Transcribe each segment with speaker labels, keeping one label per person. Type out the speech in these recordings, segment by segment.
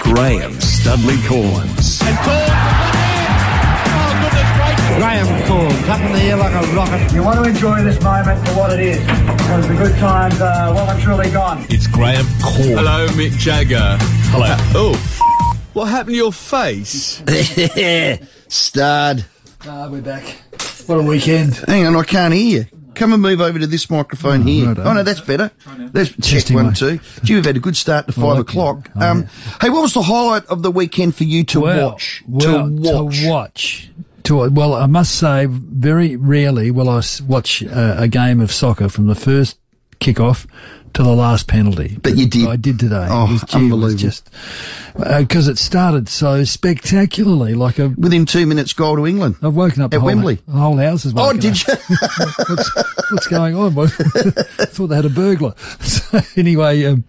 Speaker 1: Graham Studley Corns.
Speaker 2: And Corns, one hand. Oh, goodness gracious.
Speaker 3: Graham Corns, up in the air like a rocket.
Speaker 4: You want to enjoy this moment for what it is, because the good times are well and truly gone.
Speaker 1: It's Graham Corns.
Speaker 5: Hello, Mick Jagger.
Speaker 1: Hello.
Speaker 5: Oh, f- what happened to your face?
Speaker 6: Stud.
Speaker 3: Ah, we're back. What a weekend.
Speaker 6: Hang on, I can't hear you. Come and move over to this microphone here.
Speaker 3: right on.
Speaker 6: oh no, that's better. That's check
Speaker 3: Testing,
Speaker 6: one,
Speaker 3: mate.
Speaker 6: two. Gee, we've had a good start to five
Speaker 3: that-
Speaker 6: o'clock.
Speaker 3: oh,
Speaker 6: um,
Speaker 3: yeah.
Speaker 6: Hey, what was the highlight of the weekend for you to watch?
Speaker 3: well,
Speaker 6: to watch.
Speaker 3: To watch. To wa- well, I must say, very rarely will I s- watch uh, a game of soccer from the first kickoff to the last penalty.
Speaker 6: But you did.
Speaker 3: I did today.
Speaker 6: Oh, unbelievable.
Speaker 3: Because uh, it started so spectacularly, like a.
Speaker 6: Within two minutes, goal to England.
Speaker 3: I've woken up
Speaker 6: At
Speaker 3: the whole,
Speaker 6: Wembley.
Speaker 3: The whole house is
Speaker 6: Oh,
Speaker 3: woken up.
Speaker 6: did you?
Speaker 3: what's, what's going on? I thought they had a burglar. So anyway, um,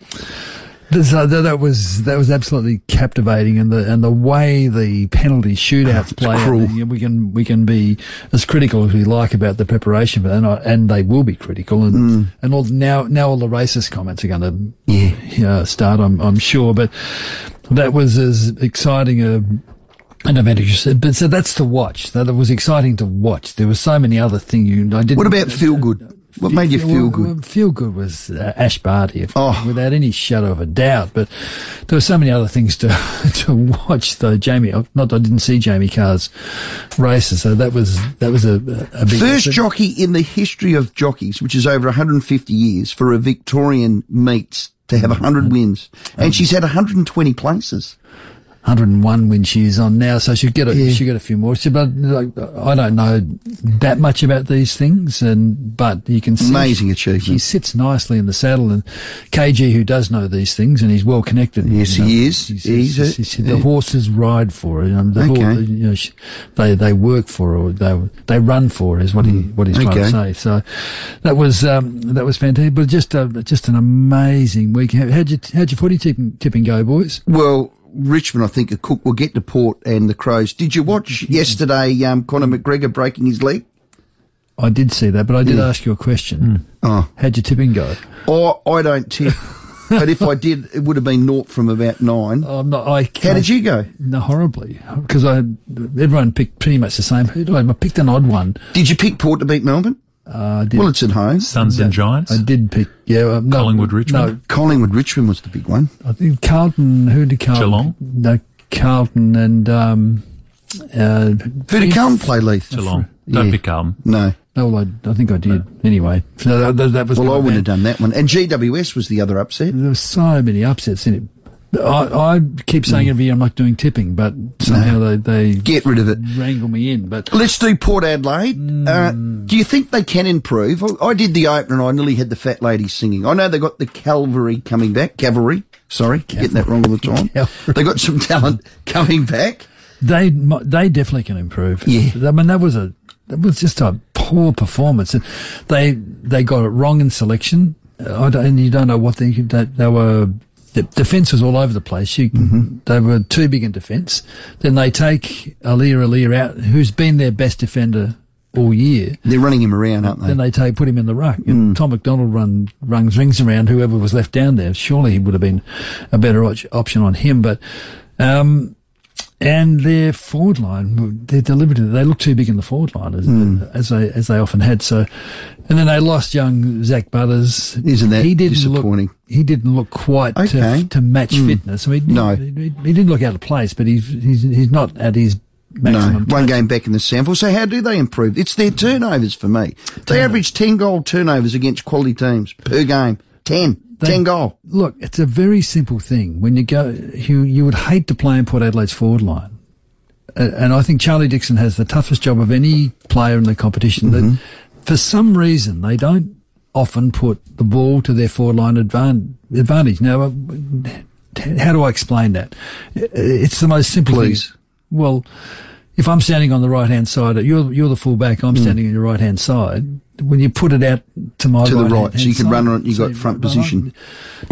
Speaker 3: th- so th- that was that was absolutely captivating, and the and the way the penalty shootouts play. out,
Speaker 6: cruel.
Speaker 3: you know, we can we can be as critical as we like about the preparation for that, and, I, and they will be critical. And
Speaker 6: Hmm.
Speaker 3: and all now now all the racist comments are going to yeah, start. I'm I'm sure, but that was as exciting a and I'm interested, but so that's to watch. That was exciting to watch. There were so many other things you I didn't.
Speaker 6: What about feel good? What made you feel
Speaker 3: well,
Speaker 6: good?
Speaker 3: well, Feel good was uh, Ash Barty, if,
Speaker 6: Oh.
Speaker 3: without any shadow of a doubt. But there were so many other things to to watch. Though Jamie, not that I didn't see Jamie Carr's races, so that was that was a, a big
Speaker 6: First
Speaker 3: effort.
Speaker 6: jockey in the history of jockeys, which is over 150 years, for a Victorian meets to have
Speaker 3: Mm.
Speaker 6: 100 wins. And she's had 120 places.
Speaker 3: 101 when she's on now, so she'll get a
Speaker 6: Yeah.
Speaker 3: she'll get a few more. She, but like, I don't know that much about these things, and but you can see
Speaker 6: Amazing
Speaker 3: she-
Speaker 6: achievement.
Speaker 3: She sits nicely in the saddle, and KG, who does know these things, and he's well connected.
Speaker 6: Yes,
Speaker 3: you know,
Speaker 6: he is.
Speaker 3: he's-
Speaker 6: He's a-
Speaker 3: he's- he's- the horses ride for her. And the
Speaker 6: Okay.
Speaker 3: horse, you know, she, they they work for her, or they they run for her, is what he what he's trying
Speaker 6: Hmm. Okay.
Speaker 3: to say. So that was um, that was fantastic, but just a, just an amazing week. How, how'd you how'd your footy tipping tipping go, boys?
Speaker 6: Well, Richmond, I think, a cook will get to Port and the Crows. Did you watch yesterday um, Conor McGregor breaking his leg?
Speaker 3: I did see that, but I did ask you a question.
Speaker 6: Oh.
Speaker 3: How'd your tipping go?
Speaker 6: Oh, I don't tip. but if I did, it would have been naught from about nine.
Speaker 3: I'm not. I
Speaker 6: How did you go?
Speaker 3: No, horribly, because I everyone picked pretty much the same. Who did I? I picked an odd one.
Speaker 6: Did you pick Port to beat Melbourne?
Speaker 3: Uh, I did.
Speaker 6: Well, it's at home.
Speaker 7: Suns and Giants.
Speaker 3: I did pick. Yeah, uh, no,
Speaker 7: Collingwood, Richmond?
Speaker 6: Collingwood Richmond was the big one.
Speaker 3: No, I think Carlton. Who did Carlton?
Speaker 7: Geelong?
Speaker 3: No, Carlton and um, uh,
Speaker 6: Who did Carlton play, Leith?
Speaker 7: Geelong. Don't
Speaker 6: Yeah.
Speaker 7: pick Carlton.
Speaker 6: No.
Speaker 3: No, well, I, I think I did. Anyway, so that, that, that was.
Speaker 6: Well,
Speaker 3: my
Speaker 6: I wouldn't have
Speaker 3: bad.
Speaker 6: done that one. And GWS was the other upset.
Speaker 3: There were so many upsets in it. I, I keep saying every year I'm not doing tipping, but somehow they, they
Speaker 6: Hmm. Get rid of it.
Speaker 3: wrangle me in. But
Speaker 6: Let's do Port Adelaide. Uh, do you think they can improve? I, I did the opener and I nearly had the fat lady singing. I know they got the Calvary coming back. Cavalry. Sorry, getting that wrong all the time.
Speaker 3: Cavalry.
Speaker 6: They got some talent coming back.
Speaker 3: they mu- they definitely can improve.
Speaker 6: Yeah.
Speaker 3: I mean that was a that was just a poor performance. And They they got it wrong in selection. I don't, and you don't know what they they, they were. The defence was all over the place. You, They were too big in defence. Then they take Alia Alia out, who's been their best defender all year.
Speaker 6: They're running him around, aren't they?
Speaker 3: Then they take put him in the ruck.
Speaker 6: Mm.
Speaker 3: And Tom McDonald run runs rings around whoever was left down there. Surely he would have been a better op- option on him. But um, and their forward line, they're deliberative. They look too big in the forward line as,
Speaker 6: Mm.
Speaker 3: as they as they often had. So, and then they lost young Zach Butters.
Speaker 6: Isn't that disappointing?
Speaker 3: Look, he didn't look quite
Speaker 6: Okay. Mm.
Speaker 3: to, to match fitness. I mean, he-
Speaker 6: No.
Speaker 3: he, he didn't look out of place, but he's he's, he's not at his
Speaker 6: no,
Speaker 3: maximum.
Speaker 6: one game back in the sample. So how do they improve? It's their turnovers for me. They average 10 goal turnovers against quality teams per game. 10.
Speaker 3: They-
Speaker 6: 10 goal.
Speaker 3: Look, it's a very simple thing. When you go, you, you would hate to play in Port Adelaide's forward line. Uh, and I think Charlie Dixon has the toughest job of any player in the competition. That for some reason, they don't often put the ball to their forward line advan- advantage. Now, uh, h- how do I explain that? I- It's the most simple
Speaker 6: Please.
Speaker 3: thing. Well, if I'm standing on the right hand side, you're, you're the fullback,
Speaker 6: Hmm.
Speaker 3: I'm standing on your right hand side. When you put it out to my
Speaker 6: To the
Speaker 3: right-hand
Speaker 6: right, so you can
Speaker 3: side,
Speaker 6: run on it, you
Speaker 3: so
Speaker 6: got front
Speaker 3: run on-
Speaker 6: position.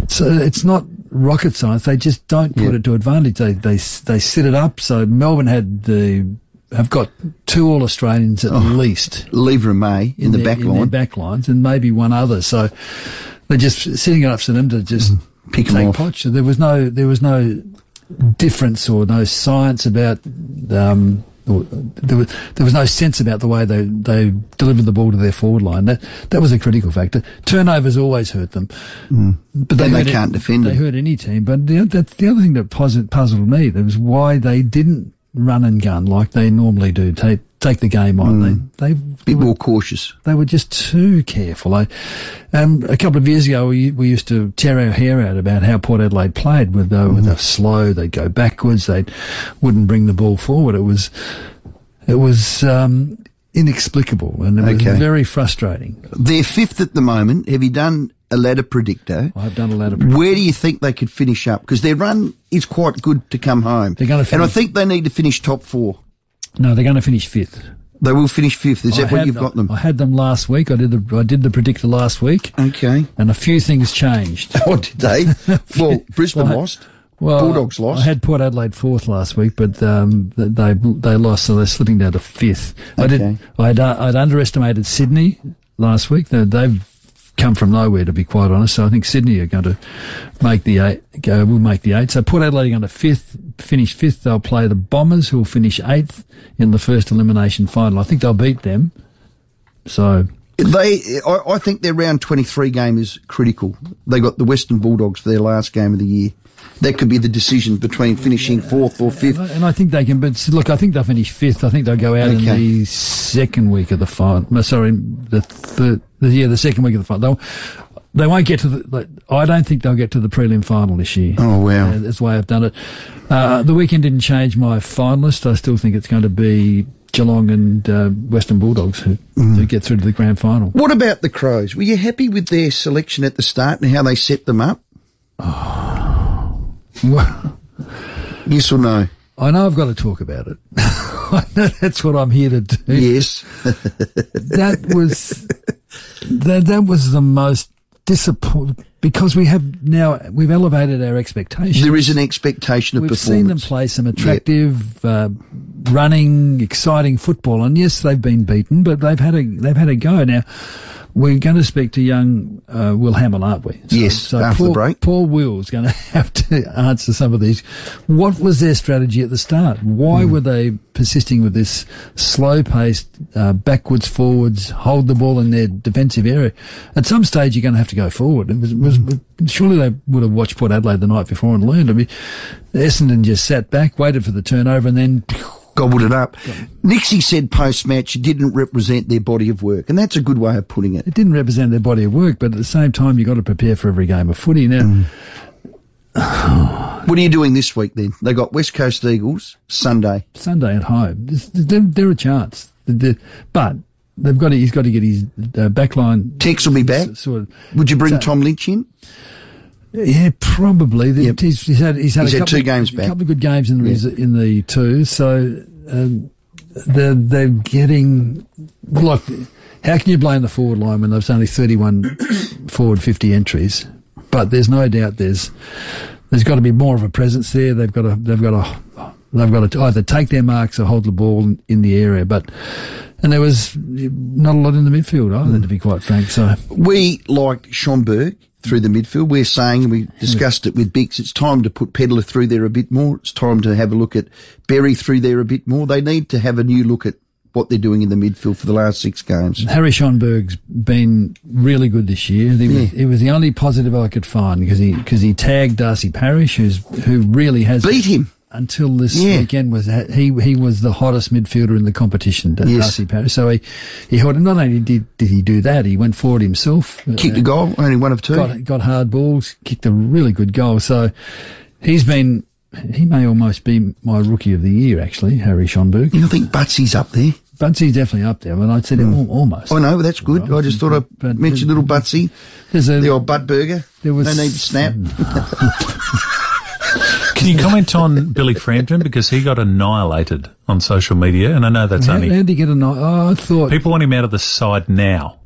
Speaker 3: so it's not rocket science. They just don't put
Speaker 6: Yeah.
Speaker 3: it to advantage. They they they sit it up. So Melbourne had the have got two All Australians
Speaker 6: Oh.
Speaker 3: at least
Speaker 6: Lever and May in, the
Speaker 3: their-
Speaker 6: back
Speaker 3: in their
Speaker 6: line.
Speaker 3: back lines, and maybe one other. So they're just sitting it up to them to just
Speaker 6: Mm-hmm. Pick 'em
Speaker 3: take
Speaker 6: off.
Speaker 3: potch. There was no there was no difference or no science about. Um, or there was there was no sense about the way they, they delivered the ball to their forward line. That that was a critical factor. Turnovers always hurt them, but
Speaker 6: Mm. And they
Speaker 3: hurt
Speaker 6: can't defend
Speaker 3: They
Speaker 6: it.
Speaker 3: hurt any team. But the, that's the other thing that puzzled, puzzled me. That was why they didn't run and gun like they normally do. Take take the game on. They they
Speaker 6: Mm. bit more cautious.
Speaker 3: they were just too careful. I, um, a couple of years ago, we, we used to tear our hair out about how Port Adelaide played with uh,
Speaker 6: Mm.
Speaker 3: with a slow. They'd go backwards. They wouldn't bring the ball forward. It was it was um, inexplicable and it
Speaker 6: Okay.
Speaker 3: was very frustrating.
Speaker 6: They're fifth at the moment. Have you done a ladder predictor?
Speaker 3: I've done a lot of
Speaker 6: Where do you think they could finish up? Because their run is quite good to come home.
Speaker 3: They're gonna
Speaker 6: and I
Speaker 3: finish-
Speaker 6: think they need to finish top four.
Speaker 3: no. They're going to finish fifth.
Speaker 6: They will finish fifth. Is
Speaker 3: I
Speaker 6: that what
Speaker 3: had-
Speaker 6: you've got them?
Speaker 3: I had them last week. I did the I did the predictor last week,
Speaker 6: okay.
Speaker 3: and a few things changed.
Speaker 6: What did they? Well, Brisbane
Speaker 3: Well, I-
Speaker 6: lost.
Speaker 3: Well,
Speaker 6: Bulldogs
Speaker 3: I
Speaker 6: lost.
Speaker 3: had Port Adelaide fourth last week, but um, th- they they lost, so they're slipping down to fifth. I
Speaker 6: Okay.
Speaker 3: did. I'd, uh, I'd underestimated Sydney last week. They, they've come from nowhere, to be quite honest. So I think Sydney are going to make the eight. Go, will make the eight. So Port Adelaide are going to fifth, finish fifth. They'll play the Bombers, who will finish eighth in the first elimination final. I think they'll beat them. So
Speaker 6: They, I, I think their round 23 game is critical. They got the Western Bulldogs for their last game of the year. That could be the decision between finishing fourth or fifth.
Speaker 3: And I think they can, but look, I think they'll finish fifth. I think they'll go out in
Speaker 6: Okay.
Speaker 3: the second week of the final. no, Sorry, the third, the, yeah, the second week of the final. They'll, they won't get to the, like, I don't think they'll get to the prelim final this year.
Speaker 6: Oh, wow.
Speaker 3: Uh, that's the way I've done it. Uh, the weekend didn't change my finalist. I still think it's going to be Geelong and uh, Western Bulldogs who,
Speaker 6: Mm.
Speaker 3: who get through to the grand final.
Speaker 6: What about the Crows? Were you happy with their selection at the start and how they set them up? Yes or no?
Speaker 3: I know I've got to talk about it. I know that's what I'm here to do.
Speaker 6: Yes.
Speaker 3: that was that that was the most disappointing because we have now we've elevated our expectations.
Speaker 6: There is an expectation of
Speaker 3: We've
Speaker 6: performance.
Speaker 3: seen them play some attractive, uh, running, exciting football, and yes, they've been beaten, but they've had a they've had a go. Now we're going to speak to young uh, Will Hamill, aren't we? So,
Speaker 6: Yes, after the
Speaker 3: poor,
Speaker 6: break.
Speaker 3: poor Will's going to have to answer some of these. What was their strategy at the start? Why
Speaker 6: Hmm.
Speaker 3: were they persisting with this slow paced, uh, backwards forwards, hold the ball in their defensive area? At some stage, you're going to have to go forward. It was, was, surely they would have watched Port Adelaide the night before and learned. I mean, Essendon just sat back, waited for the turnover, and then
Speaker 6: Gobbled it up. Nixie said post match it didn't represent their body of work, and that's a good way of putting it.
Speaker 3: it didn't represent their body of work. But at the same time, you've got to prepare for every game of footy. Now,
Speaker 6: Hmm. What are you doing this week then? They got West Coast Eagles Sunday.
Speaker 3: Sunday at home. This- They're, they're a chance, The- the- but they've got to, he's got to get his uh, back line
Speaker 6: Tex will be back.
Speaker 3: s- sort of.
Speaker 6: Would you bring Tom Lynch in?
Speaker 3: Yeah, probably. The- He's, he's had he's had,
Speaker 6: He's
Speaker 3: a
Speaker 6: had
Speaker 3: couple,
Speaker 6: two games
Speaker 3: a
Speaker 6: back.
Speaker 3: couple of good games in the res in the two. So um, they're they're getting look. How can you blame the forward line when there's only 31 forward 50 entries? But there's no doubt there's there's got to be more of a presence there. They've got to they've got to they've got to either take their marks or hold the ball in, in the area. But and there was not a lot in the midfield either, to be quite frank. So
Speaker 6: We liked Schomburg through the midfield. We're saying, we discussed it with Bix, it's time to put Pedler through there a bit more. It's time to have a look at Berry through there a bit more. They need to have a new look at what they're doing in the midfield for the last six games.
Speaker 3: Harry Schonberg's been really good this year. He
Speaker 6: Hmm.
Speaker 3: was, he was the only positive I could find because he because he tagged Darcy Parish, who's who really has
Speaker 6: Beat him.
Speaker 3: until this
Speaker 6: Yeah.
Speaker 3: weekend. Was he he was the hottest midfielder in the competition? Dar-
Speaker 6: Yes.
Speaker 3: Darcy Parish. So he he held him. Not only did did he do that, he went forward himself. uh,
Speaker 6: Kicked a goal, only one of two.
Speaker 3: Got got hard balls. Kicked a really good goal. So he's been. He may almost be my rookie of the year, actually, Harry Schonberg.
Speaker 6: You think Butsy's up there?
Speaker 3: Butsy's definitely up there, but I'd said al- almost.
Speaker 6: I know, Oh, that's good. I just thought I'd
Speaker 3: But-
Speaker 6: mention little Butsy,
Speaker 3: There's a,
Speaker 6: the old butt burger.
Speaker 3: There was-
Speaker 6: no need to snap.
Speaker 7: Can you comment on Billy Frampton because he got annihilated on social media, and I know that's
Speaker 3: How,
Speaker 7: only
Speaker 3: how'd he get a night? Oh, I thought.
Speaker 7: people want him out of the side now.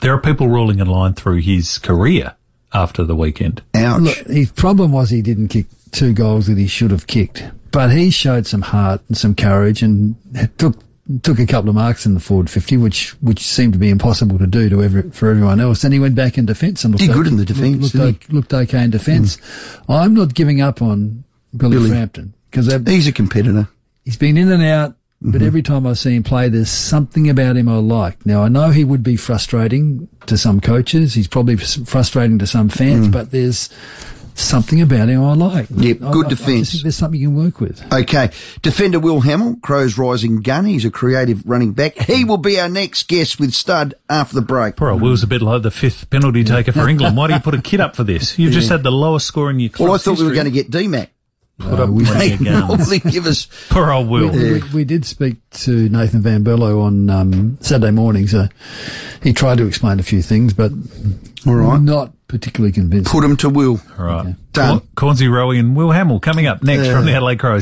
Speaker 7: There are people rolling in line through his career after the weekend.
Speaker 6: Ouch.
Speaker 3: Look, his problem was he didn't kick two goals that he should have kicked, but he showed some heart and some courage and took took a couple of marks in the forward fifty, which which seemed to be impossible to do to every, for everyone else. And he went back in defence and looked
Speaker 6: Did good
Speaker 3: o-
Speaker 6: in the defence,
Speaker 3: Looked,
Speaker 6: didn't
Speaker 3: looked, o- looked okay in defence. I'm not giving up on Billy,
Speaker 6: Billy.
Speaker 3: Frampton because
Speaker 6: He's a competitor.
Speaker 3: he's been in and out, but
Speaker 6: Mm-hmm.
Speaker 3: every time I see him play, there's something about him I like. Now I know he would be frustrating to some coaches. He's probably s- frustrating to some fans,
Speaker 6: Mm.
Speaker 3: but there's something about him I like.
Speaker 6: Yep,
Speaker 3: I-
Speaker 6: good
Speaker 3: I- I just
Speaker 6: defence.
Speaker 3: think there's something you can work with.
Speaker 6: Okay. Defender Will Hamill, Crow's rising gun. He's a creative running back. He will be our next guest with Stud after the break.
Speaker 7: Poor old Will's a bit like the fifth penalty taker for England. Why do you put a kid up for this? You've just had the lowest score in your club.
Speaker 6: Well, I thought we were going to get DMAC.
Speaker 7: put up plenty
Speaker 6: They
Speaker 7: of guns.
Speaker 6: normally give us.
Speaker 7: Poor old Will.
Speaker 3: We, we did speak to Nathan Van Berlo on um, Saturday morning, so he tried to explain a few things, but
Speaker 6: All right.
Speaker 3: not particularly convincing.
Speaker 6: Put him to Will.
Speaker 7: All right.
Speaker 6: Done.
Speaker 7: Cor- Cornsey Rowie and Will Hamill coming up next from the Adelaide Crows.